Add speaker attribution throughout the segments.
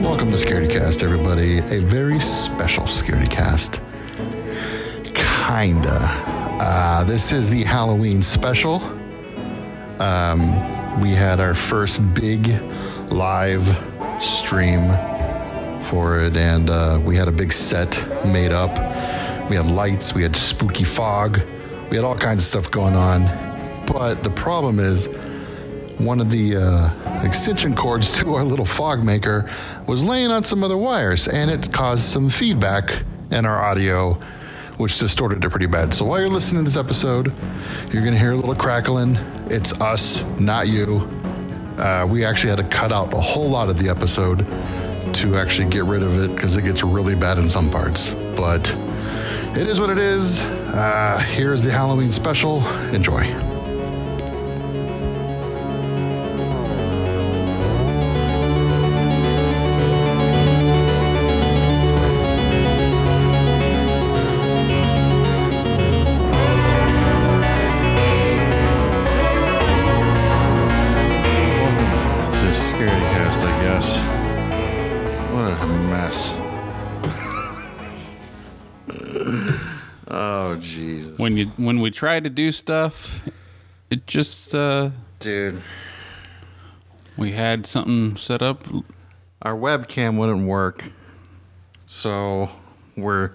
Speaker 1: Welcome to Scaredy Cast, everybody. A very special Scaredy Cast. Kinda. Uh, this is the Halloween special. Um, we had our first big live stream for it, and uh, we had a big set made up. We had lights, we had spooky fog, we had all kinds of stuff going on. But the problem is, one of the uh, extension cords to our little fog maker was laying on some other wires and it caused some feedback in our audio which distorted it pretty bad so while you're listening to this episode you're going to hear a little crackling it's us not you uh, we actually had to cut out a whole lot of the episode to actually get rid of it because it gets really bad in some parts but it is what it is uh, here's the halloween special enjoy Welcome to Scarycast, I guess. What a mess. oh, Jesus.
Speaker 2: when you when we try to do stuff it just uh
Speaker 1: Dude,
Speaker 2: we had something set up
Speaker 1: our webcam wouldn't work. So we're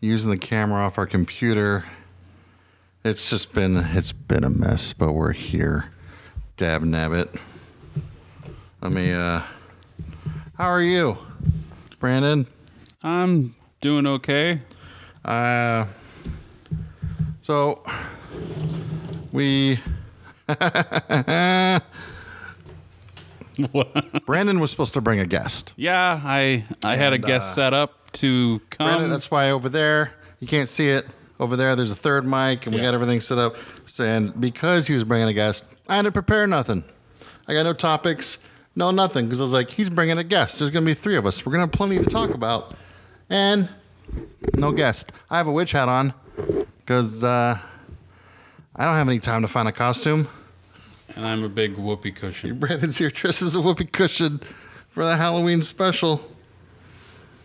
Speaker 1: using the camera off our computer. It's just been it's been a mess, but we're here. Dab nab it. Let me uh how are you? Brandon?
Speaker 2: i'm doing okay
Speaker 1: Uh, so we Brandon was supposed to bring a guest.
Speaker 2: yeah i i had a
Speaker 1: And,
Speaker 2: guest
Speaker 1: uh,
Speaker 2: set up to come
Speaker 1: Brandon, that's why over there you can't see it. Over there, there's a third mic, and we
Speaker 2: Yeah.
Speaker 1: got everything set up. So- And because he was bringing a guest, I didn't prepare nothing. I got no topics, no nothing, because I was like, he's bringing a guest. There's gonna be three of us. We're gonna have plenty to talk about, and no guest. I have a witch hat on because uh, I don't have any time to find a costume.
Speaker 2: and i'm a big whoopee cushion
Speaker 1: Brandon's here dressed as a whoopee cushion for the Halloween special.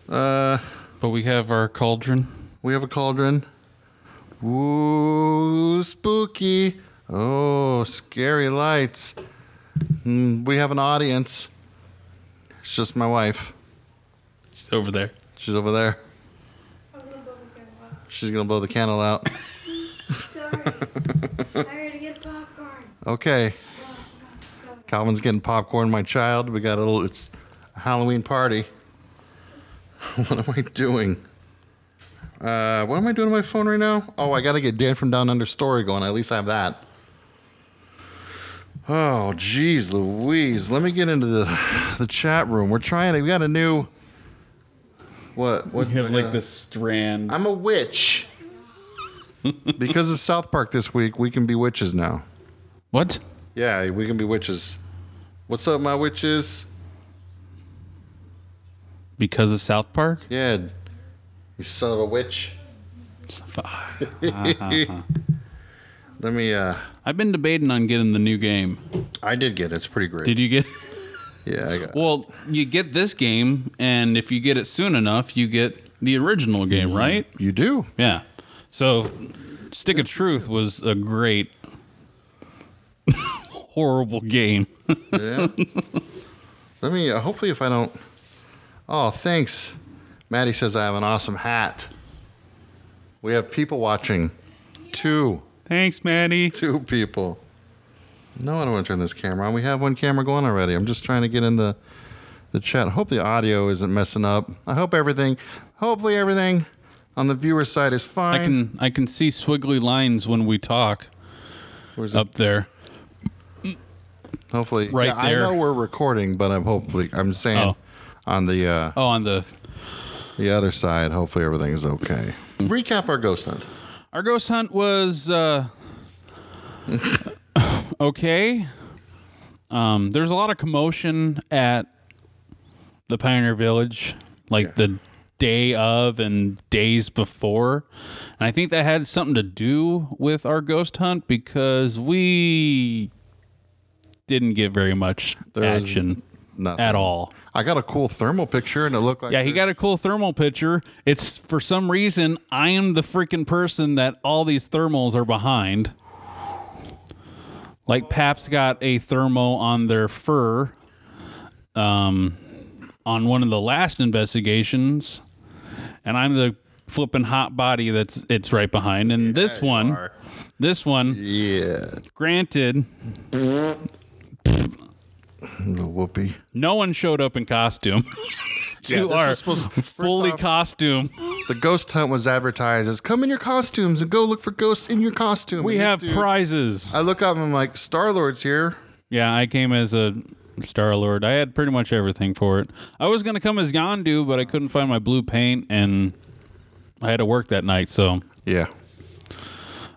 Speaker 2: but we have our cauldron
Speaker 1: We have a cauldron. Ooh, spooky. Oh, scary lights. Mm, we have an audience. It's just my wife.
Speaker 2: it's over there
Speaker 1: She's over there.
Speaker 3: Oh,
Speaker 1: She's going to blow the candle out.
Speaker 3: Sorry. I gotta get popcorn. Oh,
Speaker 1: Okay. Calvin's getting popcorn, my child. We got a little, it's a Halloween party. what am I doing? Uh, what am I doing on my phone right now? Oh, I got to get Dan from Down Under story going. At least I have that. Oh, geez, Louise. Let me get into the the chat room. We're trying to, we got a new, what? What?
Speaker 2: we have like
Speaker 1: uh,
Speaker 2: this strand
Speaker 1: I'm a witch. because of South Park this week, we can be witches now.
Speaker 2: what
Speaker 1: Yeah, we can be witches. What's up, my witches?
Speaker 2: because of south park
Speaker 1: Yeah, you son of a witch. Let me. uh
Speaker 2: i've been debating on getting the new game
Speaker 1: I did get it. It's pretty great.
Speaker 2: did you get
Speaker 1: yeah, I got. it.
Speaker 2: well you get this game and if you get it soon enough you get the original game
Speaker 1: Mm-hmm.
Speaker 2: right
Speaker 1: you do.
Speaker 2: Yeah. So, Stick of Truth was a great, horrible game.
Speaker 1: Yeah. Let me. Uh, hopefully, if I don't. Oh, thanks. Maddie says I have an awesome hat. We have people watching. Two,
Speaker 2: Thanks, Maddie.
Speaker 1: two people. No, I don't want to turn this camera on. We have one camera going already. I'm just trying to get in the the chat. I hope the audio isn't messing up. I hope everything. Hopefully, everything on the viewer side is
Speaker 2: I
Speaker 1: fine.
Speaker 2: can I can see swiggly lines when we talk
Speaker 1: Where's it?
Speaker 2: up there.
Speaker 1: Hopefully,
Speaker 2: Right
Speaker 1: yeah,
Speaker 2: there.
Speaker 1: I know we're recording, but I'm hopefully I'm saying
Speaker 2: Oh.
Speaker 1: on the uh,
Speaker 2: Oh, on the
Speaker 1: the other side. Hopefully, everything's okay.
Speaker 2: Mm.
Speaker 1: Recap our ghost hunt.
Speaker 2: our ghost hunt was uh, okay. Um, there's a lot of commotion at the Pioneer Village, like
Speaker 1: Yeah.
Speaker 2: the day of and days before. And I think that had something to do with our ghost hunt because we didn't get very much
Speaker 1: There was-
Speaker 2: action.
Speaker 1: nothing
Speaker 2: at all.
Speaker 1: I got a cool thermal picture, and it looked like
Speaker 2: Yeah, he got a cool thermal picture. It's for some reason I am the freaking person that all these thermals are behind. Like Pap's got a thermo on their fur. Um, on one of the last investigations, and I'm the flipping hot body that's it's right behind. And this one,
Speaker 1: are.
Speaker 2: this one,
Speaker 1: yeah,
Speaker 2: granted,
Speaker 1: little whoopee.
Speaker 2: no one showed up in costume.
Speaker 1: Yeah,
Speaker 2: you
Speaker 1: this
Speaker 2: are
Speaker 1: was supposed- first
Speaker 2: fully
Speaker 1: off-
Speaker 2: costume.
Speaker 1: The ghost hunt was advertised as "Come in your costumes and go look for ghosts in your costume."
Speaker 2: We
Speaker 1: And this
Speaker 2: have
Speaker 1: dude-
Speaker 2: prizes.
Speaker 1: I look up and I'm like, Star Lord's here.
Speaker 2: Yeah, I came as a Star Lord. I had pretty much everything for it. I was gonna come as Yondu, but I couldn't find my blue paint, and I had to work that night. So
Speaker 1: Yeah.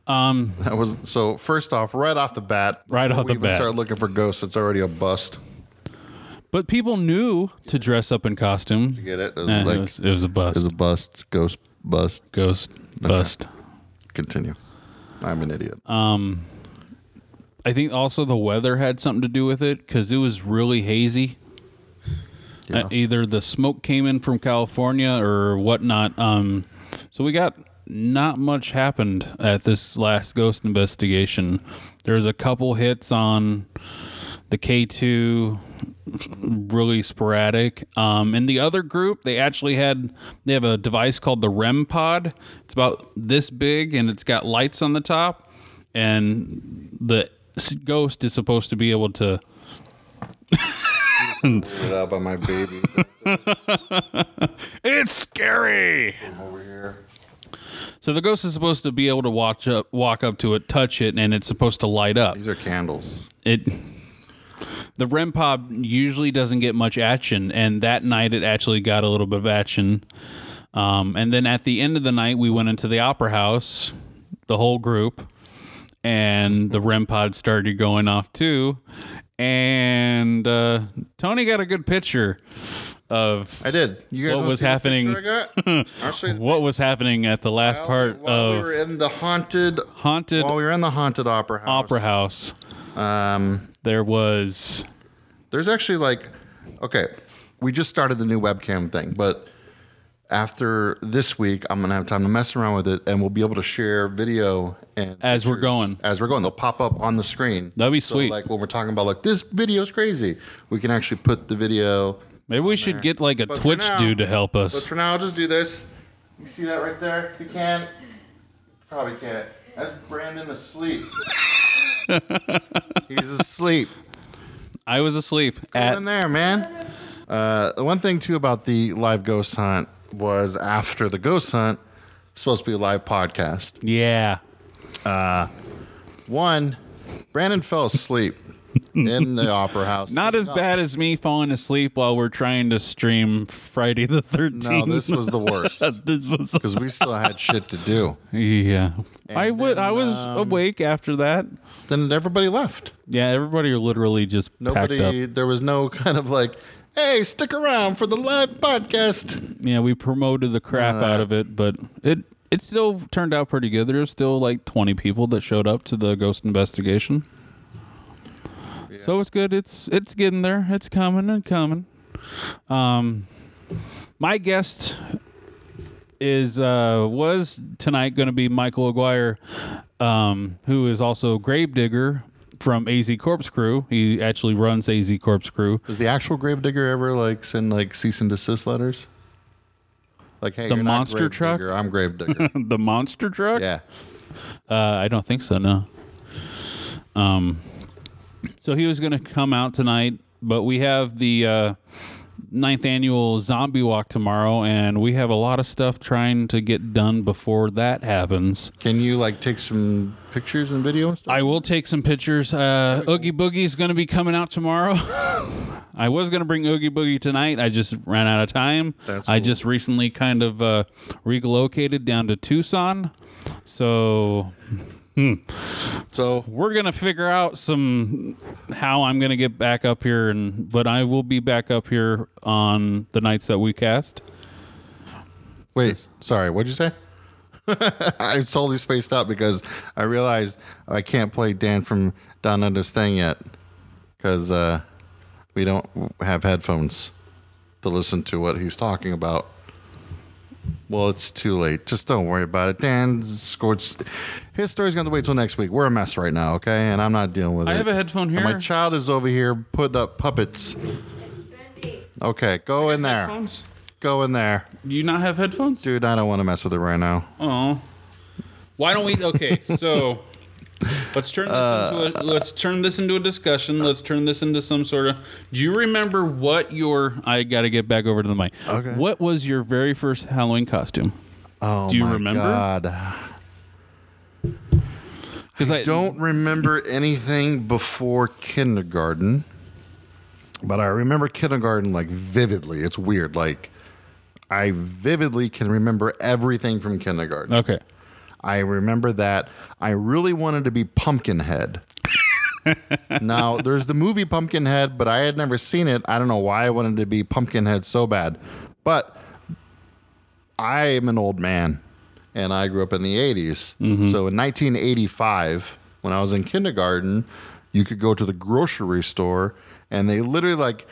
Speaker 1: Um. That was so. First off, right off the bat,
Speaker 2: Right
Speaker 1: before
Speaker 2: off
Speaker 1: we
Speaker 2: the
Speaker 1: even
Speaker 2: bat.
Speaker 1: start looking for ghosts. It's already a bust.
Speaker 2: but people knew to dress up in costume.
Speaker 1: Get it? It was
Speaker 2: And
Speaker 1: like
Speaker 2: it, was, it was a bust.
Speaker 1: it was a bust. Ghost bust.
Speaker 2: Ghost bust.
Speaker 1: Continue. I'm an idiot.
Speaker 2: Uh, I think also the weather had something to do with it because it was really hazy.
Speaker 1: Yeah.
Speaker 2: Uh, either the smoke came in from California or whatnot. Um, so we got not much happened at this last ghost investigation. There's a couple hits on the K2, really sporadic. Um, in the other group, they actually had they have a device called the REM pod. It's about this big and it's got lights on the top, and the s- ghost is supposed to be able to.
Speaker 1: Put it out by my baby
Speaker 2: It's scary.
Speaker 1: over here.
Speaker 2: So the ghost is supposed to be able to watch up, walk up to it, touch it, and it's supposed to light up.
Speaker 1: These are candles.
Speaker 2: It. The REM pod usually doesn't get much action, and that night it actually got a little bit of action. Um, and then at the end of the night, we went into the opera house, the whole group, and the REM pod started going off too. And uh, Tony got a good picture of
Speaker 1: I did. You guys
Speaker 2: What
Speaker 1: wanna
Speaker 2: was
Speaker 1: see the
Speaker 2: happening-
Speaker 1: picture I got? I'll show you the
Speaker 2: what was happening at the last
Speaker 1: Well,
Speaker 2: part
Speaker 1: while we
Speaker 2: of
Speaker 1: were in the haunted
Speaker 2: haunted
Speaker 1: while we were in the haunted opera house.
Speaker 2: opera house.
Speaker 1: Um,
Speaker 2: There was
Speaker 1: there's actually like, okay, we just started the new webcam thing, but after this week, I'm gonna have time to mess around with it, and we'll be able to share video and
Speaker 2: As we're
Speaker 1: pictures
Speaker 2: going.
Speaker 1: as we're going. They'll pop up on the screen.
Speaker 2: That'd be
Speaker 1: So,
Speaker 2: sweet.
Speaker 1: Like when we're talking about like this video's crazy, we can actually put the video.
Speaker 2: maybe we should get like a
Speaker 1: oh, But for
Speaker 2: Twitch
Speaker 1: now-
Speaker 2: dude to help
Speaker 1: But
Speaker 2: us.
Speaker 1: for now, I'll just do this. You see that right there? If you can't, probably can't. That's Brandon asleep. He's asleep.
Speaker 2: I was asleep
Speaker 1: Get
Speaker 2: at
Speaker 1: in there, man. Uh, the one thing too about the live ghost hunt was after the ghost hunt, it's supposed to be a live podcast.
Speaker 2: yeah.
Speaker 1: One, Brandon fell asleep in the opera house.
Speaker 2: Not as bad as me falling asleep while we're trying to stream Friday the
Speaker 1: No,
Speaker 2: Thirteenth.
Speaker 1: this was the worst
Speaker 2: this was
Speaker 1: because we still had shit to do.
Speaker 2: yeah. I
Speaker 1: And
Speaker 2: wa-
Speaker 1: then, um,
Speaker 2: I was awake after that.
Speaker 1: Then everybody left.
Speaker 2: Yeah, everybody literally just packed up.
Speaker 1: Nobody. There was no kind of like, hey, stick around for the live podcast.
Speaker 2: Yeah, we promoted the crap out of it, but it it still turned out pretty good. There was still like twenty people that showed up to the ghost investigation. So it's good. It's it's getting there. It's coming and coming. Um, my guest is uh was tonight going to be Michael Aguirre, um, who is also Gravedigger from AZ Corpse Crew. He actually runs AZ Corpse Crew.
Speaker 1: Does the actual gravedigger ever like send like cease and desist letters? Like, hey,
Speaker 2: The
Speaker 1: you're
Speaker 2: monster
Speaker 1: not
Speaker 2: truck?
Speaker 1: Gravedigger, I'm gravedigger.
Speaker 2: the monster truck.
Speaker 1: yeah.
Speaker 2: Uh, I don't think so. No. Um, so he was going to come out tonight, but we have the uh, ninth annual zombie walk tomorrow, and we have a lot of stuff trying to get done before that happens.
Speaker 1: Can you like take some pictures and video and stuff?
Speaker 2: I will take some pictures. Uh, Oogie Boogie is going to be coming out tomorrow. I was going to bring Oogie Boogie tonight. I just ran out of time.
Speaker 1: That's
Speaker 2: I
Speaker 1: cool.
Speaker 2: just recently kind of uh, relocated down to Tucson. So
Speaker 1: so
Speaker 2: we're gonna figure out some how I'm gonna get back up here, and but I will be back up here on the nights that we cast.
Speaker 1: wait, sorry, what'd you say? I totally spaced out because I realized I can't play Dan from Down Under's thing yet because uh, We don't have headphones to listen to what he's talking about. Well, it's too late. Just don't worry about it. Dan scorched. His story's going to wait till next week. We're a mess right now, okay? And I'm not dealing with
Speaker 2: I
Speaker 1: it.
Speaker 2: have a headphone
Speaker 1: And My
Speaker 2: here.
Speaker 1: child is over here putting up puppets.
Speaker 3: It's bendy.
Speaker 1: Okay, go in there.
Speaker 2: Headphones?
Speaker 1: Go in there.
Speaker 2: Do you not have headphones?
Speaker 1: Dude, I don't want to mess with it right now.
Speaker 2: Oh. Why don't we? Okay, so let's turn this
Speaker 1: Uh,
Speaker 2: into a let's turn this into a discussion. Let's turn this into some sort of. Do you remember what your? I got to get back over to the mic.
Speaker 1: Okay.
Speaker 2: What was your very first Halloween costume?
Speaker 1: Oh,
Speaker 2: Do you
Speaker 1: my
Speaker 2: remember?
Speaker 1: God.
Speaker 2: Because I
Speaker 1: don't remember anything before kindergarten, but I remember kindergarten like vividly. It's weird. Like, I vividly can remember everything from kindergarten.
Speaker 2: Okay.
Speaker 1: I remember that I really wanted to be Pumpkinhead. now, there's the movie Pumpkinhead, but I had never seen it. I don't know why I wanted to be Pumpkinhead so bad. But I am an old man and I grew up in the 80s. So in 1985, when I was in kindergarten, you could go to the grocery store and they literally like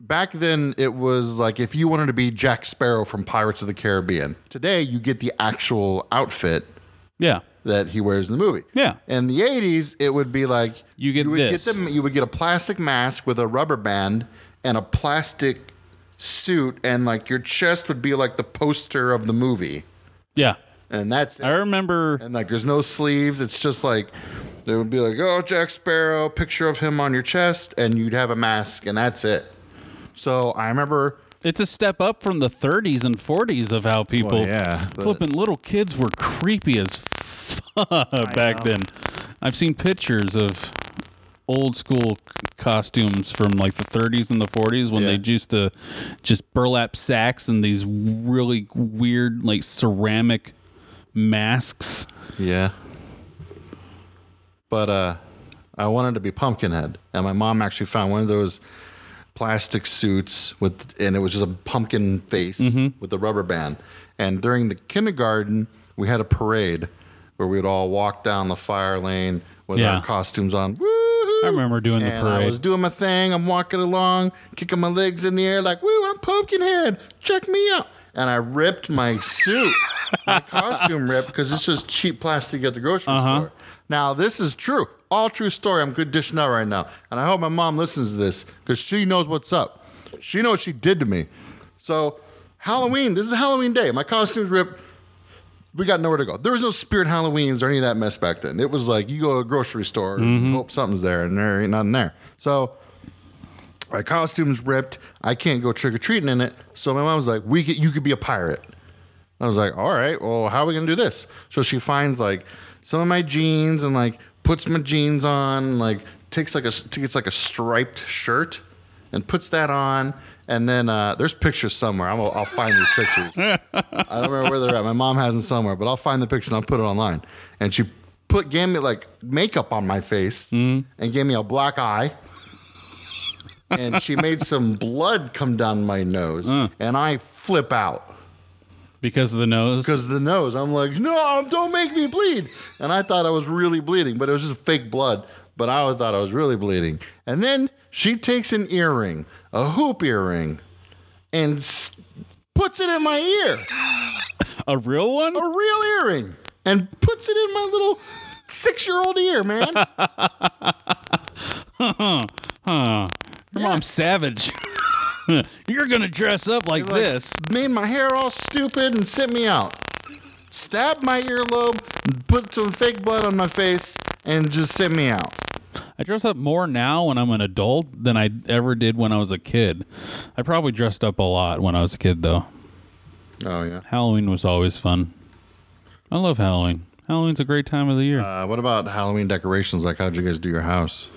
Speaker 1: back then it was like if you wanted to be Jack Sparrow from Pirates of the Caribbean. Today you get the actual outfit
Speaker 2: Yeah.
Speaker 1: that he wears in the movie.
Speaker 2: Yeah.
Speaker 1: In the 80s it would be like
Speaker 2: You get
Speaker 1: would
Speaker 2: this.
Speaker 1: Get the, you would get a plastic mask with a rubber band and a plastic suit and like your chest would be like the poster of the movie.
Speaker 2: Yeah.
Speaker 1: And that's it.
Speaker 2: I remember.
Speaker 1: and like there's no sleeves. It's just like it would be like, oh, Jack Sparrow, picture of him on your chest, and you'd have a mask, and that's it. So I remember
Speaker 2: It's a step up from the 30s and 40s of how people
Speaker 1: Well, yeah, but-
Speaker 2: flipping little kids were creepy as fuck back then. I've seen pictures of old school c- costumes from like the 30s and the 40s when
Speaker 1: Yeah.
Speaker 2: they used to just burlap sacks and these really weird like ceramic masks.
Speaker 1: Yeah. But uh I wanted to be Pumpkinhead, and my mom actually found one of those plastic suits with, and it was just a pumpkin face with a rubber band. And during the kindergarten, we had a parade where we would all walk down the fire lane with
Speaker 2: Yeah.
Speaker 1: our costumes on. Woo-hoo!
Speaker 2: I remember doing
Speaker 1: and
Speaker 2: the
Speaker 1: I
Speaker 2: parade.
Speaker 1: was doing my thing. I'm walking along, kicking my legs in the air like, "Woo, I'm Pumpkinhead. Check me out." And I ripped my suit, my costume ripped because it's just cheap plastic at the grocery
Speaker 2: Uh-huh.
Speaker 1: store. Now this is true, all true story. I'm good dishing out right now, and I hope my mom listens to this because she knows what's up. She knows what she did to me. So Halloween, this is Halloween day. My costume's ripped. We got nowhere to go. There was no Spirit Halloweens or any of that mess back then. It was like you go to a grocery store, and hope something's there, and there ain't nothing there. So my costume's ripped. I can't go trick or treating in it. So my mom was like, "We could, you could be a pirate." I was like, "All right, well, how are we gonna do this?" So she finds like some of my jeans and like puts my jeans on, like takes like a takes like a striped shirt and puts that on. And then uh, there's pictures somewhere. I'm, I'll find these pictures. I don't remember where they're at. My mom has them somewhere, but I'll find the picture and I'll put it online. And she put gave me like makeup on my face and gave me a black eye and she made some blood come down my nose, and I flip out
Speaker 2: Because of the nose.
Speaker 1: because the nose. I'm like, no, don't make me bleed. And I thought I was really bleeding, but it was just fake blood. But I always thought I was really bleeding. And then she takes an earring, a hoop earring, and s- puts it in my ear,
Speaker 2: A real one?
Speaker 1: a real earring, and puts it in my little six year old ear, man.
Speaker 2: Your mom's savage. You're going to dress up like
Speaker 1: like,
Speaker 2: this.
Speaker 1: Made my hair all stupid and sent me out. Stabbed my earlobe, put some fake blood on my face, and just sent me out.
Speaker 2: I dress up more now when I'm an adult than I ever did when I was a kid. I probably dressed up a lot when I was a kid, though.
Speaker 1: Oh yeah.
Speaker 2: Halloween was always fun. I love Halloween. Halloween's a great time of the year.
Speaker 1: Uh, what about Halloween decorations? Like, how'd you guys do your house?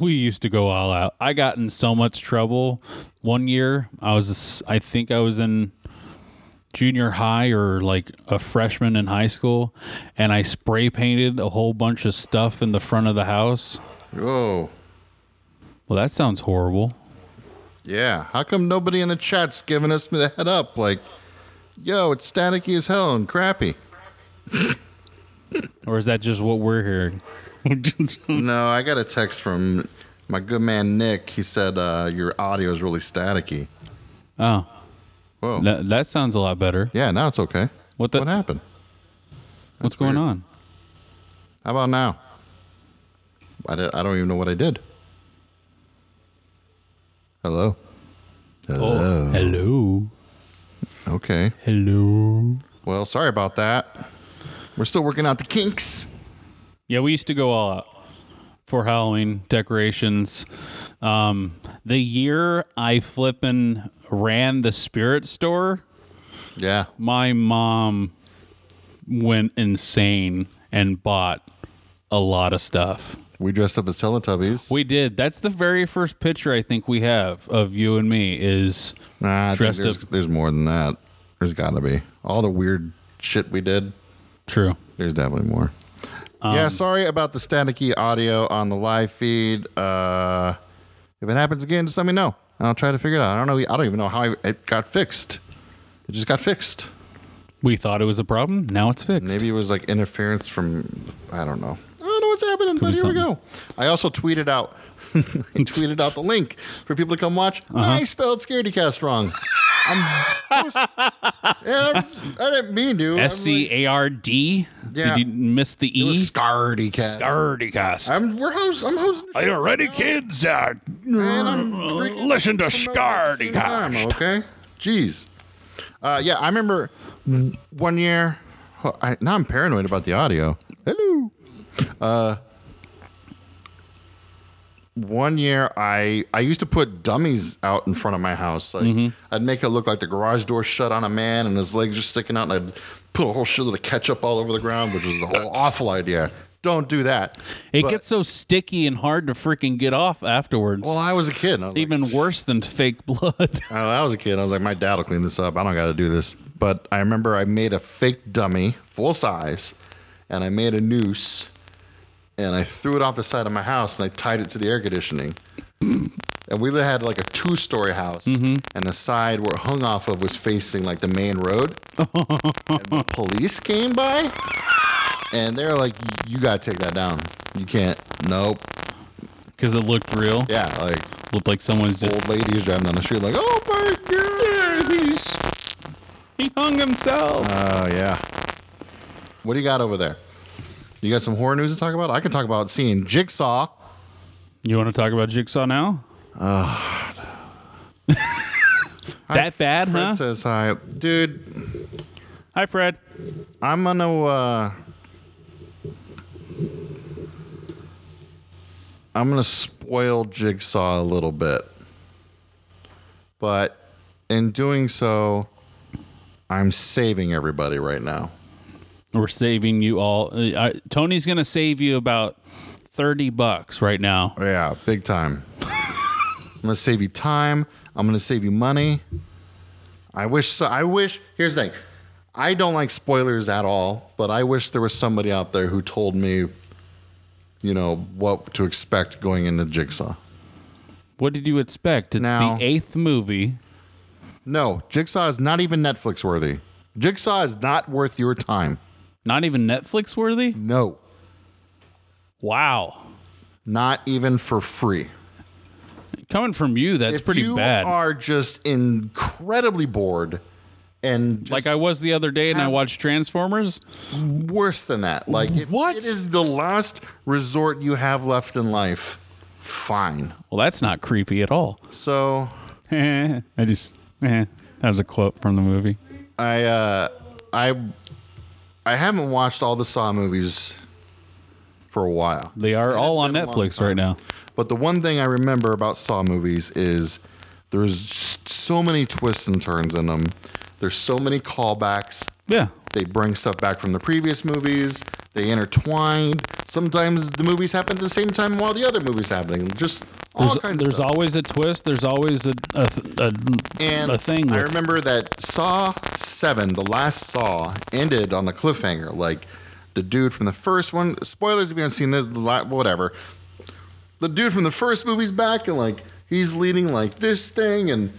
Speaker 2: we used to go all out. I got in so much trouble one year. I was, I think I was in junior high or like a freshman in high school, and I spray painted a whole bunch of stuff in the front of the house.
Speaker 1: Oh,
Speaker 2: Well, that sounds horrible.
Speaker 1: yeah. How come nobody in the chat's giving us the head up? Like, yo, it's staticky as hell and crappy.
Speaker 2: Or is that just what we're hearing?
Speaker 1: no, I got a text from My good man Nick, he said uh, your audio is really staticky.
Speaker 2: Oh,
Speaker 1: Whoa.
Speaker 2: that, that sounds a lot better.
Speaker 1: Yeah, now it's okay.
Speaker 2: What the-
Speaker 1: What happened?
Speaker 2: What's going
Speaker 1: weird.
Speaker 2: on?
Speaker 1: How about now? I, did, I don't even know what I did. Hello. Hello.
Speaker 2: Hello.
Speaker 1: Okay.
Speaker 2: Hello.
Speaker 1: Well, sorry about that. We're still working out the kinks.
Speaker 2: Yeah, we used to go all out for Halloween decorations. Um, the year I flippin' ran the spirit store,
Speaker 1: Yeah.
Speaker 2: my mom went insane and bought a lot of stuff.
Speaker 1: We dressed up as Teletubbies.
Speaker 2: We did. That's the very first picture I think we have of you and me is
Speaker 1: nah, I think
Speaker 2: dressed
Speaker 1: there's,
Speaker 2: up-
Speaker 1: there's more than that. There's got to be. All the weird shit we did,
Speaker 2: true.
Speaker 1: there's definitely more.
Speaker 2: Um,
Speaker 1: yeah, sorry about the staticky audio on the live feed. Uh, if it happens again, just let me know. I'll try to figure it out. I don't know. I don't even know how it got fixed. It just got fixed.
Speaker 2: We thought it was a problem. Now it's fixed.
Speaker 1: Maybe it was like interference from I don't know. I don't know what's happening, but
Speaker 2: be
Speaker 1: here we go. I also tweeted out tweeted out the link for people to come watch.
Speaker 2: Uh-huh.
Speaker 1: I spelled scaredycast wrong. I'm, I, was, yeah, I didn't mean to. I'm
Speaker 2: S C A R D.
Speaker 1: Yeah.
Speaker 2: Did you miss the
Speaker 1: like,
Speaker 2: E?
Speaker 1: scaredycast.
Speaker 2: Scardycast.
Speaker 1: I'm we're host, I'm hosting the
Speaker 2: Are you ready, kids? Uh,
Speaker 1: and I'm freaking
Speaker 2: listen to
Speaker 1: promoting at the same time,
Speaker 2: Scardycast.
Speaker 1: Okay, jeez. Uh, yeah, I remember one year. well, I, now I'm paranoid about the audio. Hello. Uh, one year I I used to put dummies out in front of my house. Like
Speaker 2: Mm-hmm.
Speaker 1: I'd make it look like the garage door shut on a man and his legs are sticking out, and I'd put a whole shitload of ketchup all over the ground, which was a whole awful idea. Don't do that.
Speaker 2: Uh, It
Speaker 1: But-
Speaker 2: gets so sticky and hard to freaking get off afterwards.
Speaker 1: Well, I was a kid. and I was like,
Speaker 2: Even worse than fake blood.
Speaker 1: Uh, when I was a kid, I was like, my dad will clean this up. I don't got to do this. But I remember I made a fake dummy, full size, and I made a noose, and I threw it off the side of my house, and I tied it to the air conditioning. and we had like a two story house,
Speaker 2: Mm-hmm.
Speaker 1: and the side where it hung off of was facing like the main road. and the police came by, and they're like, you got to take that down. You can't. Nope.
Speaker 2: Because it looked real.
Speaker 1: Yeah, like
Speaker 2: Looked like someone's just.
Speaker 1: old ladies driving down the street, like, oh my god.
Speaker 2: he's, he hung himself.
Speaker 1: Oh yeah. What do you got over there? You got some horror news to talk about? I can talk about seeing Jigsaw.
Speaker 2: you want to talk about Jigsaw now?
Speaker 1: Hi,
Speaker 2: That
Speaker 1: Fred
Speaker 2: bad, huh?
Speaker 1: says hi, dude.
Speaker 2: Hi, Fred.
Speaker 1: I'm gonna. Uh, I'm gonna spoil Jigsaw a little bit, but in doing so, I'm saving everybody right now.
Speaker 2: We're saving you all. Uh, I, Tony's going to save you about 30 bucks right now.
Speaker 1: Oh, Yeah, big time. I'm gonna save you time. I'm gonna save you money. I wish. So, I wish. Here's the thing. I don't like spoilers at all, but I wish there was somebody out there who told me, you know, what to expect going into Jigsaw.
Speaker 2: What did you expect? It's
Speaker 1: Now-
Speaker 2: the eighth movie.
Speaker 1: No, Jigsaw is not even Netflix worthy. Jigsaw is not worth your time.
Speaker 2: Not even Netflix worthy?
Speaker 1: No,
Speaker 2: Wow.
Speaker 1: not even for free.
Speaker 2: Coming from you, that's
Speaker 1: If
Speaker 2: pretty
Speaker 1: you
Speaker 2: bad.
Speaker 1: Are just incredibly bored, and just
Speaker 2: like I was the other day and I
Speaker 1: have-
Speaker 2: watched Transformers.
Speaker 1: worse than that. Like if
Speaker 2: What?
Speaker 1: It is the last resort you have left in life. Fine.
Speaker 2: Well, that's not creepy at all.
Speaker 1: So
Speaker 2: I just eh, that was a quote from the movie.
Speaker 1: I uh, I I haven't watched all the Saw movies for a while.
Speaker 2: They are all on
Speaker 1: been a long
Speaker 2: Netflix right now.
Speaker 1: But the one thing I remember about Saw movies is there's so many twists and turns in them. There's so many callbacks.
Speaker 2: Yeah.
Speaker 1: They bring stuff back from the previous movies. They intertwine. Sometimes the movies happen at the same time while the other movie's happening. Just all
Speaker 2: There's,
Speaker 1: kinds of
Speaker 2: there's
Speaker 1: stuff.
Speaker 2: always a twist. There's always a a, th- a,
Speaker 1: And
Speaker 2: a thing.
Speaker 1: I
Speaker 2: With,
Speaker 1: remember that Saw Seven, the last Saw, ended on a cliffhanger. Like the dude from the first one. Spoilers if you haven't seen this. the la- Whatever. The dude from the first movie's back, and like he's leading like this thing, and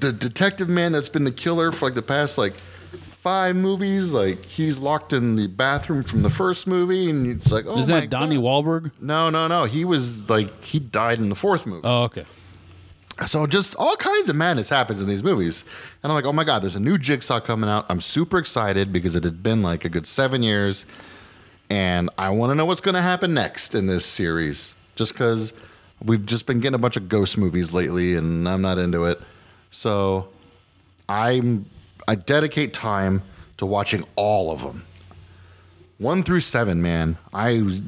Speaker 1: the detective man that's been the killer for like the past like five movies. Like he's locked in the bathroom from the first movie, and it's like, oh
Speaker 2: Is
Speaker 1: my
Speaker 2: that Donnie
Speaker 1: God.
Speaker 2: Wahlberg?
Speaker 1: No, no, no. He was like he died in the fourth movie.
Speaker 2: Oh, okay.
Speaker 1: So just all kinds of madness happens in these movies. And I'm like, oh my God, there's a new Jigsaw coming out. I'm super excited because it had been like a good seven years. And I want to know what's going to happen next in this series. Just because we've just been getting a bunch of ghost movies lately and I'm not into it. So I'm, I dedicate time to watching all of them. One through seven, man. I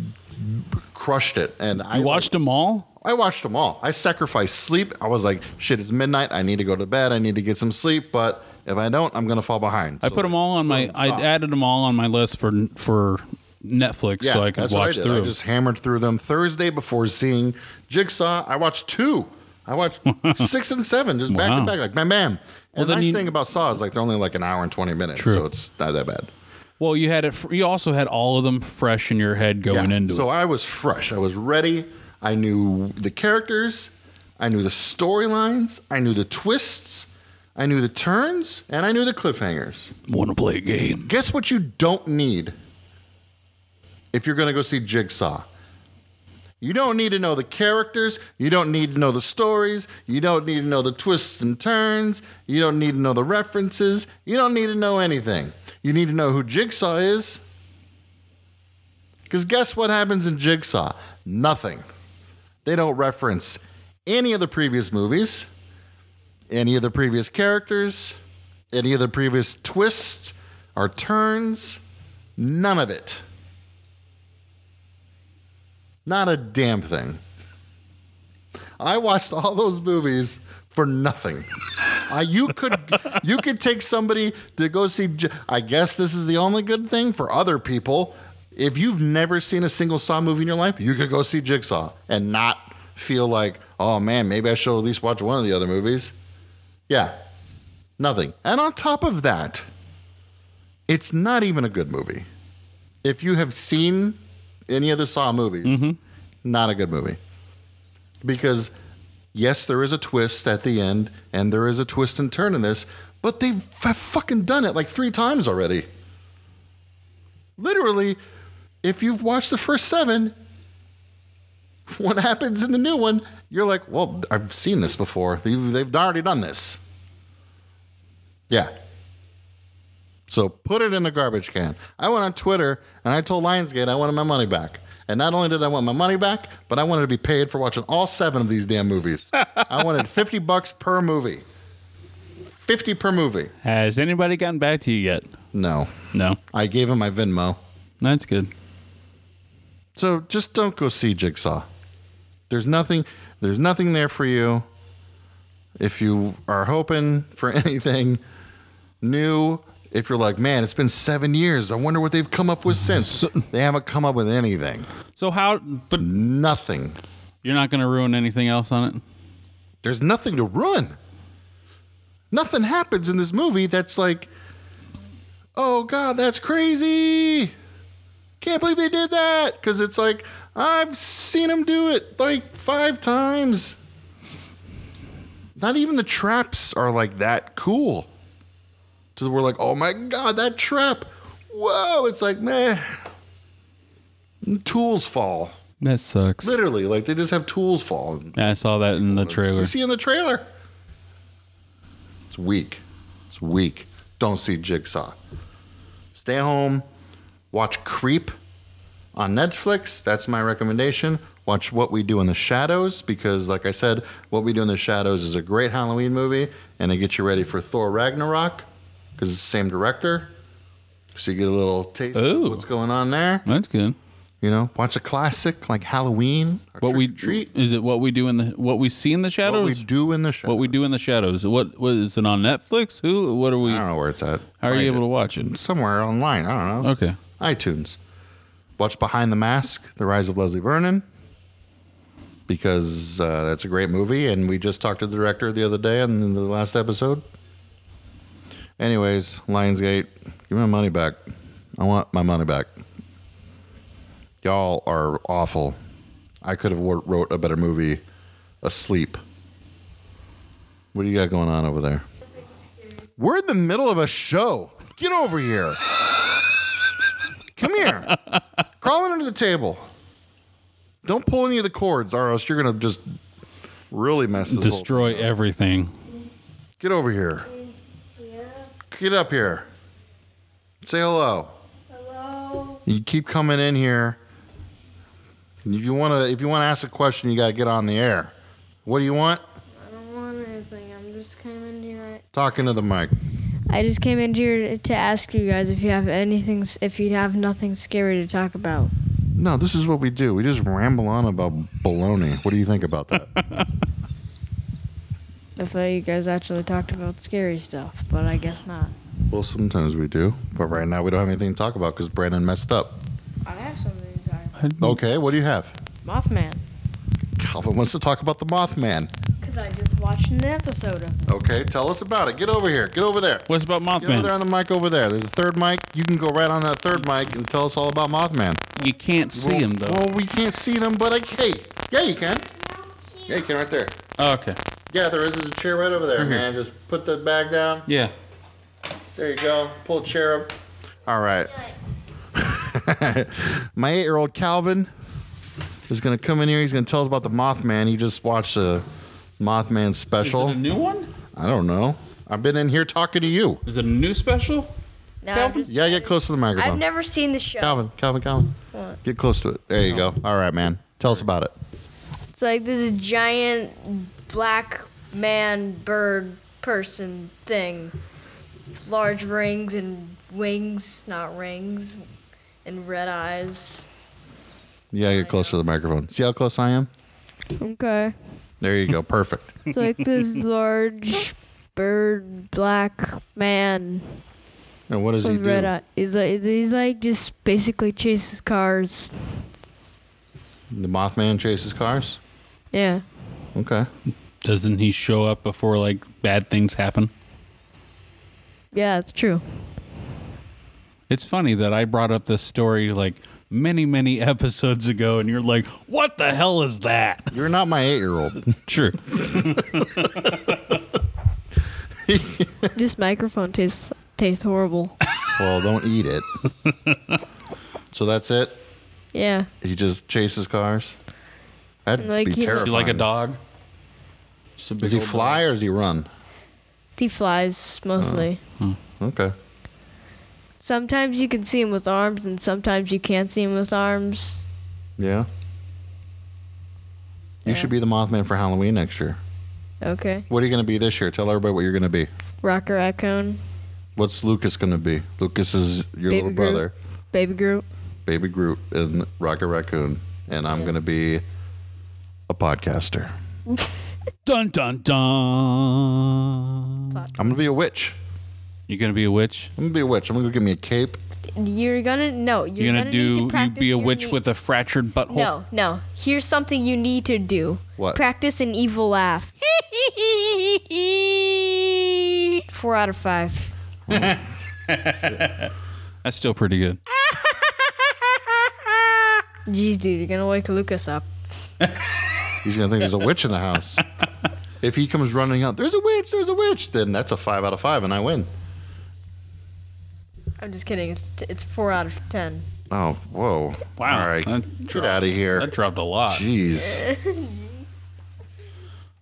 Speaker 1: crushed it. And I
Speaker 2: You watched them all?
Speaker 1: I watched them all. I sacrificed sleep. I was like, shit, it's midnight. I need to go to bed. I need to get some sleep. But if I don't, I'm going to fall behind.
Speaker 2: I put them all on my. I added them all on my list for for Netflix, so I could
Speaker 1: that's what
Speaker 2: watch
Speaker 1: did.
Speaker 2: through.
Speaker 1: I just hammered through them Thursday before seeing Jigsaw. I watched two. I watched six and seven, just back to
Speaker 2: Wow.
Speaker 1: back, like bam, bam. And the
Speaker 2: then
Speaker 1: nice
Speaker 2: you-
Speaker 1: thing about Saw is like they're only like an hour and twenty minutes, so it's not that bad.
Speaker 2: well, you had it. fr- You also had all of them fresh in your head going into
Speaker 1: so
Speaker 2: it.
Speaker 1: I was fresh. I was ready. I knew the characters. I knew the storylines. I knew the twists. I knew the turns, and I knew the cliffhangers.
Speaker 2: Want to play a game?
Speaker 1: Guess what you don't need if you're going to go see Jigsaw? You don't need to know the characters. You don't need to know the stories. You don't need to know the twists and turns. You don't need to know the references. You don't need to know anything. You need to know who Jigsaw is. Because guess what happens in Jigsaw? Nothing. They don't reference any of the previous movies, any of the previous characters, any of the previous twists or turns. None of it. Not a damn thing. I watched all those movies for nothing. Uh, you could you could take somebody to go see. J- I guess this is the only good thing for other people. If you've never seen a single Saw movie in your life, you could go see Jigsaw and not feel like, oh man, maybe I should at least watch one of the other movies. Yeah, nothing. And on top of that, it's not even a good movie. If you have seen any other Saw movies, not a good movie because yes, there is a twist at the end, and there is a twist and turn in this, but they've f- fucking done it like three times already. Literally, if you've watched the first seven, what happens in the new one? You're like, well, I've seen this before. They've, they've already done this. Yeah. So put it in the garbage can. I went on Twitter and I told Lionsgate I wanted my money back. And not only did I want my money back, but I wanted to be paid for watching all seven of these damn movies. I wanted 50 bucks per movie. 50 per movie.
Speaker 2: Has anybody gotten back to you yet?
Speaker 1: No.
Speaker 2: No,
Speaker 1: I gave him my Venmo.
Speaker 2: that's good.
Speaker 1: So just don't go see Jigsaw. There's nothing there's nothing there for you. If you are hoping for anything new, if you're like, man, it's been seven years. I wonder what they've come up with since. they haven't come up with anything.
Speaker 2: So how? But
Speaker 1: Nothing.
Speaker 2: you're not going to ruin anything else on it.
Speaker 1: There's nothing to ruin. Nothing happens in this movie that's like, oh God, that's crazy. Can't believe they did that. Because it's like, I've seen them do it like five times. Not even the traps are like that cool. To the we're like, oh my God, that trap. Whoa. It's like, meh. Tools fall.
Speaker 2: That sucks.
Speaker 1: Literally, like they just have tools fall.
Speaker 2: Yeah, I saw that in the trailer.
Speaker 1: You see in the trailer. It's weak. It's weak. Don't see Jigsaw. Stay home. Watch Creep on Netflix. That's my recommendation. Watch What We Do in the Shadows because, like I said, What We Do in the Shadows is a great Halloween movie and it gets you ready for Thor Ragnarok because it's the same director. So you get a little taste
Speaker 2: Ooh.
Speaker 1: of what's going on there.
Speaker 2: That's good.
Speaker 1: You know, watch a classic like Halloween. or
Speaker 2: What we
Speaker 1: Trick or treat.
Speaker 2: is it? What we do in the what we see in the
Speaker 1: What
Speaker 2: shadows?
Speaker 1: we do in the shadows.
Speaker 2: What we do in the shadows. What what is it on Netflix? Who? What are
Speaker 1: I
Speaker 2: we?
Speaker 1: don't
Speaker 2: Mm. How
Speaker 1: know where it's at.
Speaker 2: are
Speaker 1: Find
Speaker 2: you able
Speaker 1: it.
Speaker 2: to watch it?
Speaker 1: Somewhere online. I don't know.
Speaker 2: Okay.
Speaker 1: iTunes. Watch Behind the Mask: The Rise of Leslie Vernon because uh, that's a great movie, and we just talked to the director the other day and in the last episode. Anyways, Lionsgate, give me my money back. I want my money back. Y'all are awful. I could have wor- wrote a better movie asleep. What do you got going on over there? We're in the middle of a show. Get over here. Come here. Crawling under the table. Don't pull any of the cords, or else you're gonna just really mess this whole-
Speaker 2: Destroy everything.
Speaker 1: Get over here.
Speaker 3: Yeah.
Speaker 1: Get up here. Say hello.
Speaker 3: Hello.
Speaker 1: You keep coming in here. If you wanna, if you wanna ask a question, you gotta get on the air. What do you want?
Speaker 3: I don't want anything. I'm just coming here.
Speaker 1: Talking to the mic.
Speaker 3: I just came in here to ask you guys if you have anything, s- if you have nothing scary to talk about.
Speaker 1: No, this is what we do. We just ramble on about baloney. What do you think about that?
Speaker 3: I thought you guys actually talked about scary stuff, but I guess not.
Speaker 1: Well, sometimes we do, but right now we don't have anything to talk about because Brandon messed up.
Speaker 3: I have something to talk about.
Speaker 1: Okay, what do you have?
Speaker 3: Mothman.
Speaker 1: Calvin wants to talk about the Mothman.
Speaker 3: Because I just watched an episode of it.
Speaker 1: Okay, tell us about it. Get over here. Get over there.
Speaker 2: What's about
Speaker 1: Get over there
Speaker 2: Mothman?
Speaker 1: on the mic over there. There's a third mic. You can go right on that third mic and tell us all about Mothman.
Speaker 2: You can't see him though.
Speaker 1: Well, we can't see them, but I hey, yeah, you can. Yeah, you can right there.
Speaker 2: okay.
Speaker 1: Yeah, there is There's a chair right over there,
Speaker 2: Mm-hmm.
Speaker 1: man. Just put the bag down.
Speaker 2: Yeah.
Speaker 1: There you go. Pull a chair up. All right. My eight year old Calvin is going to come in here. He's going to tell us about the Mothman. He just watched the Mothman special. I
Speaker 2: new one?
Speaker 1: I don't know. I've been in here talking to you.
Speaker 2: Is it a new special?
Speaker 3: No,
Speaker 2: Calvin?
Speaker 1: Yeah, get close to the microphone.
Speaker 3: I've never seen the show.
Speaker 1: Calvin, Calvin, Calvin. Get close to it. There you go. All right, man. Tell us about it.
Speaker 3: It's like this giant black man bird person thing. With Large rings and wings, not rings, and red eyes.
Speaker 1: Yeah, get close to the microphone. See how close I am?
Speaker 4: Okay.
Speaker 1: There you go. Perfect.
Speaker 4: It's like this large bird black man
Speaker 1: And what does he
Speaker 4: with red
Speaker 1: do?
Speaker 4: eye. He's like he's like just basically chases cars.
Speaker 1: The Mothman chases cars?
Speaker 4: Yeah.
Speaker 1: Okay.
Speaker 2: Doesn't he show up before like bad things happen?
Speaker 4: Yeah, it's true.
Speaker 2: It's funny that I brought up this story like many, many episodes ago, and you're like, "What the hell is that?"
Speaker 1: You're not my eight year old.
Speaker 2: True.
Speaker 4: this microphone tastes tastes horrible.
Speaker 1: Well, don't eat it. so that's it.
Speaker 4: Yeah.
Speaker 1: He just chases cars. That'd
Speaker 4: Like
Speaker 1: be
Speaker 4: he-
Speaker 1: terrifying.
Speaker 2: You like a dog?
Speaker 1: Does he fly or does he run?
Speaker 4: He flies mostly.
Speaker 2: Oh.
Speaker 1: Okay.
Speaker 4: Sometimes you can see him with arms and sometimes you can't see him with arms.
Speaker 1: Yeah. You should be the Mothman for Halloween next year.
Speaker 4: Okay.
Speaker 1: What are you going to be this year? Tell everybody what you're going to be.
Speaker 4: Rocker Raccoon,
Speaker 1: What's Lucas going to be? Lucas is your little
Speaker 4: Baby Groot.
Speaker 1: brother,
Speaker 4: Baby Groot.
Speaker 1: Baby Groot, and Rocket Raccoon. And I'm going to be a podcaster.
Speaker 2: Dun dun dun.
Speaker 1: I'm going to be a witch.
Speaker 2: You gonna be a witch?
Speaker 1: I'm going to be a witch. I'm going to go give me a cape.
Speaker 4: You're gonna no, you're,
Speaker 2: You're, gonna,
Speaker 4: need to
Speaker 2: do? you
Speaker 4: practice
Speaker 2: be a
Speaker 4: your
Speaker 2: witch
Speaker 4: knee-
Speaker 2: with a fractured butthole?
Speaker 4: No, no. Here's something you need to do.
Speaker 1: What?
Speaker 4: Practice an evil laugh. Four out of five.
Speaker 2: That's still pretty good.
Speaker 4: Jeez, dude, you're gonna wake Lucas up.
Speaker 1: He's gonna think there's a witch in the house. If he comes running out, there's a witch, there's a witch, then that's a five out of five, and I win.
Speaker 4: I'm just kidding. It's it's four out of ten.
Speaker 1: Oh, whoa!
Speaker 2: Wow.
Speaker 1: All right,
Speaker 2: That
Speaker 1: get out of here.
Speaker 2: That dropped a lot.
Speaker 1: Jeez.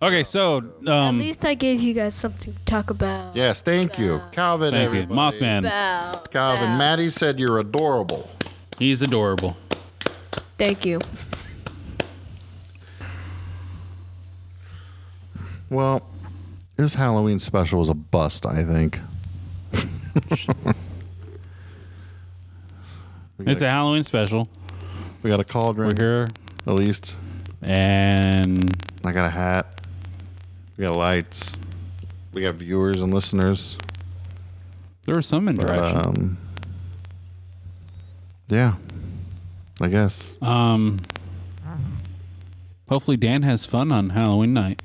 Speaker 2: Okay, so
Speaker 4: At
Speaker 2: um,
Speaker 4: least I gave you guys something to talk about.
Speaker 1: Yes, thank you, Calvin.
Speaker 2: thank you,
Speaker 1: everybody.
Speaker 2: Mothman.
Speaker 4: About.
Speaker 1: Calvin, Maddie said you're adorable.
Speaker 2: He's adorable.
Speaker 4: Thank you.
Speaker 1: Well, this Halloween special was a bust, I think.
Speaker 2: It's a Halloween special.
Speaker 1: We got a cauldron,
Speaker 2: We're here,
Speaker 1: at least.
Speaker 2: and
Speaker 1: I got a hat. We got lights. We got viewers and listeners.
Speaker 2: there was some interaction.
Speaker 1: Um, yeah, I guess.
Speaker 2: Um, hopefully Dan has fun on Halloween night.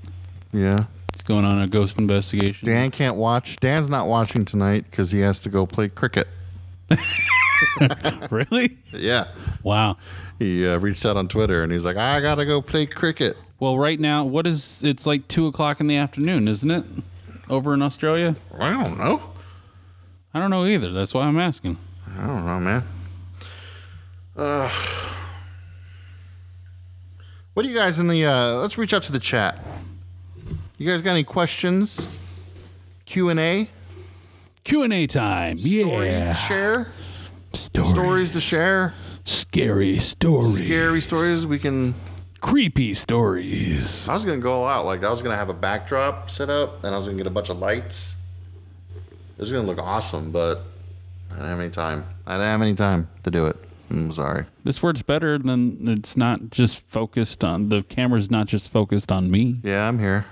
Speaker 1: Yeah.
Speaker 2: He's going on a ghost investigation.
Speaker 1: Dan can't watch. Dan's not watching tonight because he has to go play cricket.
Speaker 2: really?
Speaker 1: Yeah.
Speaker 2: Wow.
Speaker 1: He uh, reached out on Twitter and he's like, I got to go play cricket.
Speaker 2: Well, right now, what is? It's like two o'clock in the afternoon, isn't it? Over in Australia.
Speaker 1: I don't know.
Speaker 2: I don't know either. That's why I'm asking.
Speaker 1: I don't know, man. Ugh. what do you guys in the? Uh, let's reach out to the chat. You guys got any questions? Q and A.
Speaker 2: Q and A time. Yeah.
Speaker 1: Share
Speaker 2: Stories.
Speaker 1: stories to share.
Speaker 2: Scary stories.
Speaker 1: Scary stories we can.
Speaker 2: Creepy stories.
Speaker 1: I was gonna go all out. Like I was gonna have a backdrop set up, and I was gonna get a bunch of lights. It was gonna look awesome, but I didn't have any time. I didn't have any time to do it. I'm sorry.
Speaker 2: This word's better than it's not just focused on the camera's not just focused on me.
Speaker 1: Yeah, I'm here.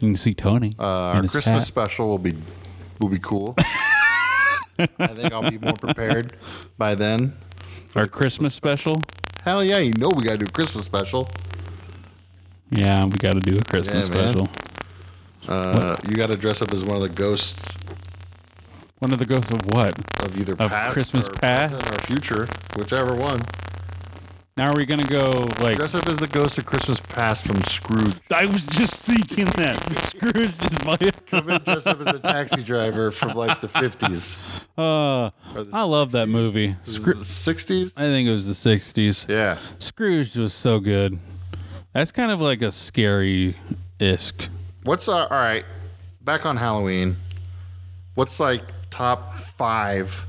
Speaker 2: You can see Tony. Uh,
Speaker 1: Our Christmas special will be will be cool. I think I'll be more prepared by then.
Speaker 2: Our Christmas special.
Speaker 1: Hell yeah, you know we gotta do a Christmas special.
Speaker 2: Yeah, we got to do a Christmas
Speaker 1: Yeah, man.
Speaker 2: special.
Speaker 1: Uh, you gotta dress up as one of the ghosts
Speaker 2: One of the ghosts of what?
Speaker 1: of either
Speaker 2: Of
Speaker 1: past,
Speaker 2: Christmas
Speaker 1: or
Speaker 2: past?
Speaker 1: present or future, whichever one.
Speaker 2: Now are we gonna go like?
Speaker 1: Dress up as the ghost of Christmas past from Scrooge.
Speaker 2: I was just thinking that Scrooge is my.
Speaker 1: I've been dressed up as a taxi driver from like the fifties.
Speaker 2: Uh, I love that movie. Scroo-
Speaker 1: The sixties.
Speaker 2: I think it was the '60s.
Speaker 1: Yeah.
Speaker 2: Scrooge was so good. That's kind of like a scary isk.
Speaker 1: What's uh, all right? Back on Halloween. What's like top five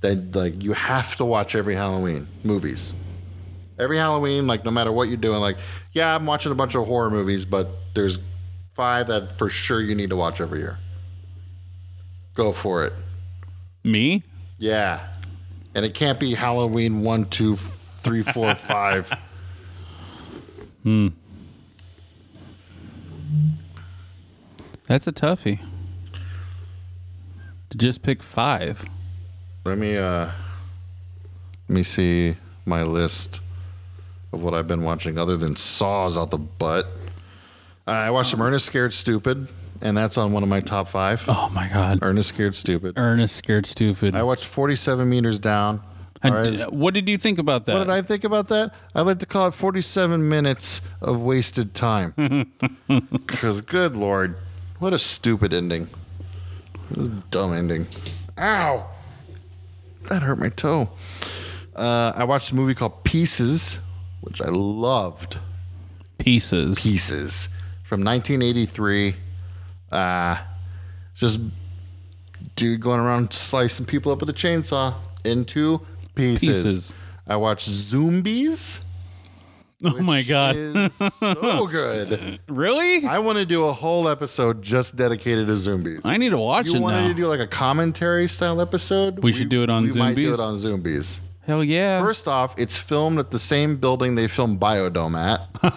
Speaker 1: that like you have to watch every Halloween movies? Every Halloween, like no matter what you're doing, like yeah, I'm watching a bunch of horror movies, but there's five that for sure you need to watch every year. Go for it.
Speaker 2: Me?
Speaker 1: Yeah, and it can't be Halloween one, two, f- three, four, five.
Speaker 2: That's a toughie. To just pick five.
Speaker 1: Let me uh let me see my list of what I've been watching other than saws out the butt. Uh, I watched some Ernest Scared Stupid, and that's on one of my top five.
Speaker 2: Oh my god.
Speaker 1: Ernest Scared Stupid.
Speaker 2: Ernest scared stupid.
Speaker 1: Er, I watched 47 Meters Down.
Speaker 2: I-
Speaker 1: All right, is-
Speaker 2: what did you think about that?
Speaker 1: what did I think about that? I like to call it 47 minutes of wasted time. Because, good lord, what a stupid ending. What a dumb ending. Ow! That hurt my toe. Uh, I watched a movie called Pieces, which I loved.
Speaker 2: Pieces.
Speaker 1: Pieces from 1983. Uh, just dude going around slicing people up with a chainsaw into pieces.
Speaker 2: Pieces.
Speaker 1: I watched Zombies.
Speaker 2: oh my god.
Speaker 1: Is so good.
Speaker 2: really? I,
Speaker 1: I want to do a whole episode just dedicated to Zombies.
Speaker 2: need to watch
Speaker 1: you
Speaker 2: it
Speaker 1: wanted
Speaker 2: now.
Speaker 1: to do like a commentary style episode?
Speaker 2: We should do it on
Speaker 1: We might do
Speaker 2: Zombies.
Speaker 1: it on Zombies.
Speaker 2: Hell yeah.
Speaker 1: First off, it's filmed at the same building they filmed Biodome at.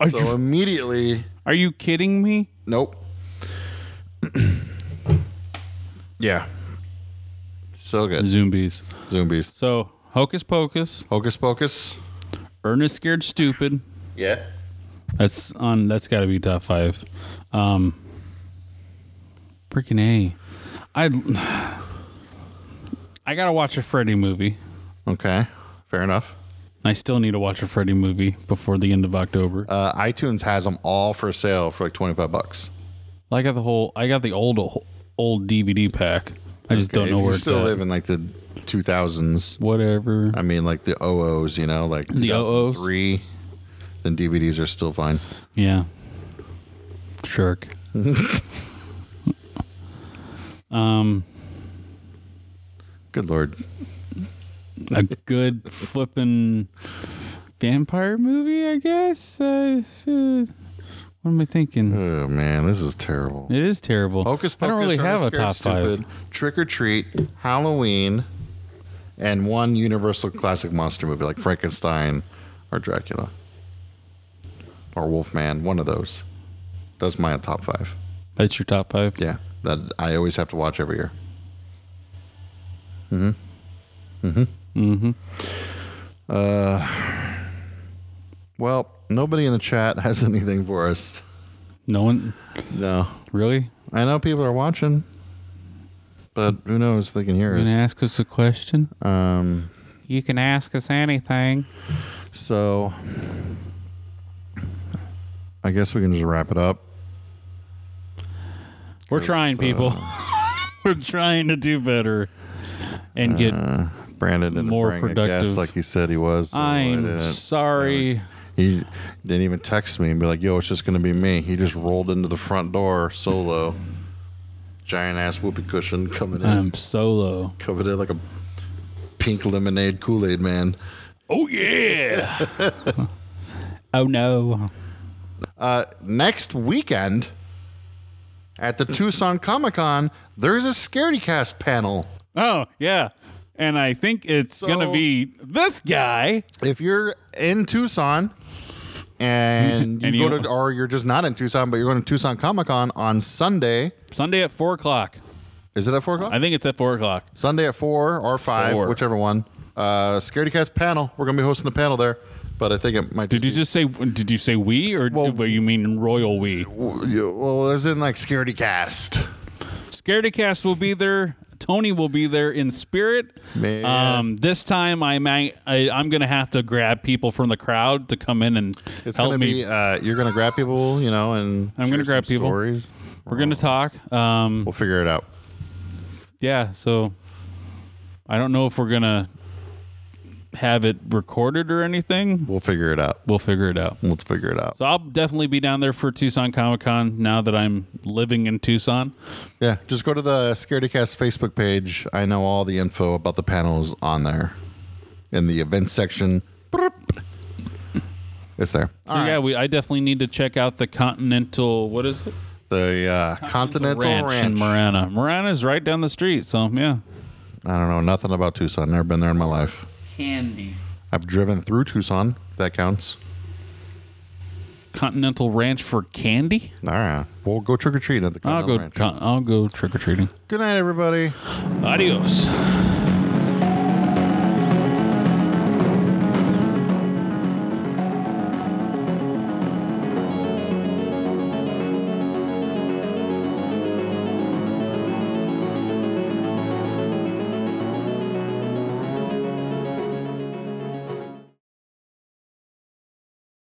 Speaker 2: are, you,
Speaker 1: So immediately
Speaker 2: are you kidding me?
Speaker 1: Nope. yeah. So good.
Speaker 2: Zombies.
Speaker 1: Zombies.
Speaker 2: So Hocus Pocus,
Speaker 1: Hocus Pocus.
Speaker 2: Ernest Scared Stupid.
Speaker 1: Yeah.
Speaker 2: That's on that's gotta be top five. Um freaking A. I I gotta watch a Freddy movie.
Speaker 1: Okay. Fair enough.
Speaker 2: I still need to watch a Freddy movie before the end of October.
Speaker 1: Uh, iTunes has them all for sale for like 25 bucks.
Speaker 2: I got the whole I got the old old DVD pack. I just don't
Speaker 1: Okay,
Speaker 2: know
Speaker 1: if
Speaker 2: where
Speaker 1: you
Speaker 2: it's
Speaker 1: still
Speaker 2: at.
Speaker 1: live in like the 2000s.
Speaker 2: Whatever.
Speaker 1: I mean, like the OOs, you know, like
Speaker 2: The OOs?
Speaker 1: three. Then DVDs are still fine.
Speaker 2: Yeah. Shark. um
Speaker 1: Good lord.
Speaker 2: a good flippin' vampire movie, I guess. Uh, shit. what am I thinking?
Speaker 1: Oh man, this is terrible.
Speaker 2: It is terrible.
Speaker 1: Hocus
Speaker 2: I
Speaker 1: Pocus.
Speaker 2: don't really
Speaker 1: Ernest
Speaker 2: have a
Speaker 1: Scared
Speaker 2: top
Speaker 1: Stupid,
Speaker 2: five.
Speaker 1: Trick or Treat, Halloween, and one Universal classic monster movie like Frankenstein or Dracula or Wolfman. One of those. That's my top five.
Speaker 2: That's your top five.
Speaker 1: Yeah, that I always have to watch every year. Mm-hmm.
Speaker 2: Mm-hmm.
Speaker 1: Hmm. Hmm. Hmm. Uh. Well, nobody in the chat has anything for us.
Speaker 2: No one
Speaker 1: No.
Speaker 2: really.
Speaker 1: I know people are watching, but who knows if they can hear
Speaker 2: You gonna
Speaker 1: us.
Speaker 2: ask us a question?
Speaker 1: Um,
Speaker 2: You can ask us anything.
Speaker 1: so I guess we can just wrap it up.
Speaker 2: We're trying,
Speaker 1: So-
Speaker 2: people. We're trying to do better and
Speaker 1: uh,
Speaker 2: get.
Speaker 1: Brandon didn't
Speaker 2: More
Speaker 1: bring a
Speaker 2: productive.
Speaker 1: guest like he said he was. so I
Speaker 2: I'm
Speaker 1: didn't-
Speaker 2: sorry.
Speaker 1: He didn't even text me and be like, "Yo, it's just gonna be me." He just rolled into the front door solo, giant ass whoopee cushion coming in,
Speaker 2: I'm um, solo.
Speaker 1: covered in like a pink lemonade Kool Aid man.
Speaker 2: Oh yeah. oh no.
Speaker 1: Next weekend at the Tucson Comic Con, there's a Scaredy Cast panel.
Speaker 2: Oh yeah. And I think it's gonna
Speaker 1: So-
Speaker 2: be this guy.
Speaker 1: if you're in Tucson and you
Speaker 2: And
Speaker 1: go
Speaker 2: you-
Speaker 1: to, or you're just not in Tucson, but you're going to Tucson Comic Con on Sunday.
Speaker 2: Sunday at four o'clock.
Speaker 1: Is it at four o'clock?
Speaker 2: I think it's at four o'clock.
Speaker 1: Sunday at four or five,
Speaker 2: Four.
Speaker 1: whichever one. Uh, Scaredy Cast panel. We're going to be hosting a panel there, but I think it might.
Speaker 2: Did you just say? Did you say we or
Speaker 1: Well-
Speaker 2: did, well, you mean royal we?
Speaker 1: you, well, as in like Scaredy Cast.
Speaker 2: Scaredycast will be there. Tony will be there in spirit.
Speaker 1: Man.
Speaker 2: Um, this time I might. I, I'm gonna have to grab people from the crowd to come in and
Speaker 1: It's
Speaker 2: help
Speaker 1: going to
Speaker 2: me.
Speaker 1: be. Uh, you're going to grab people, you know, and
Speaker 2: I'm
Speaker 1: share
Speaker 2: gonna
Speaker 1: some
Speaker 2: grab people.
Speaker 1: Stories.
Speaker 2: We're gonna talk. Um,
Speaker 1: We'll figure it out.
Speaker 2: yeah so i don't know if we're gonna have it recorded or anything
Speaker 1: We'll figure it out.
Speaker 2: we'll figure it out
Speaker 1: We'll figure it out.
Speaker 2: so i'll definitely be down there for tucson comic-con now that i'm living in tucson
Speaker 1: Yeah, just go to the Scaredycast Facebook page. I know all the info about the panels on there in the events section. Bloop. It's there.
Speaker 2: so
Speaker 1: All right.
Speaker 2: yeah we, i definitely need to check out the continental what is it
Speaker 1: The uh, Continental
Speaker 2: ranch, in
Speaker 1: Ranch.
Speaker 2: marana marana's right down the street so yeah
Speaker 1: I don't know nothing about Tucson. Never been there in my life.
Speaker 2: candy
Speaker 1: I've driven through Tucson. if That counts.
Speaker 2: continental ranch for candy
Speaker 1: All right. We'll go trick or treating at the
Speaker 2: i'll
Speaker 1: Continental
Speaker 2: go
Speaker 1: Ranch.
Speaker 2: con- i'll go trick-or-treating
Speaker 1: Good night, everybody.
Speaker 2: adios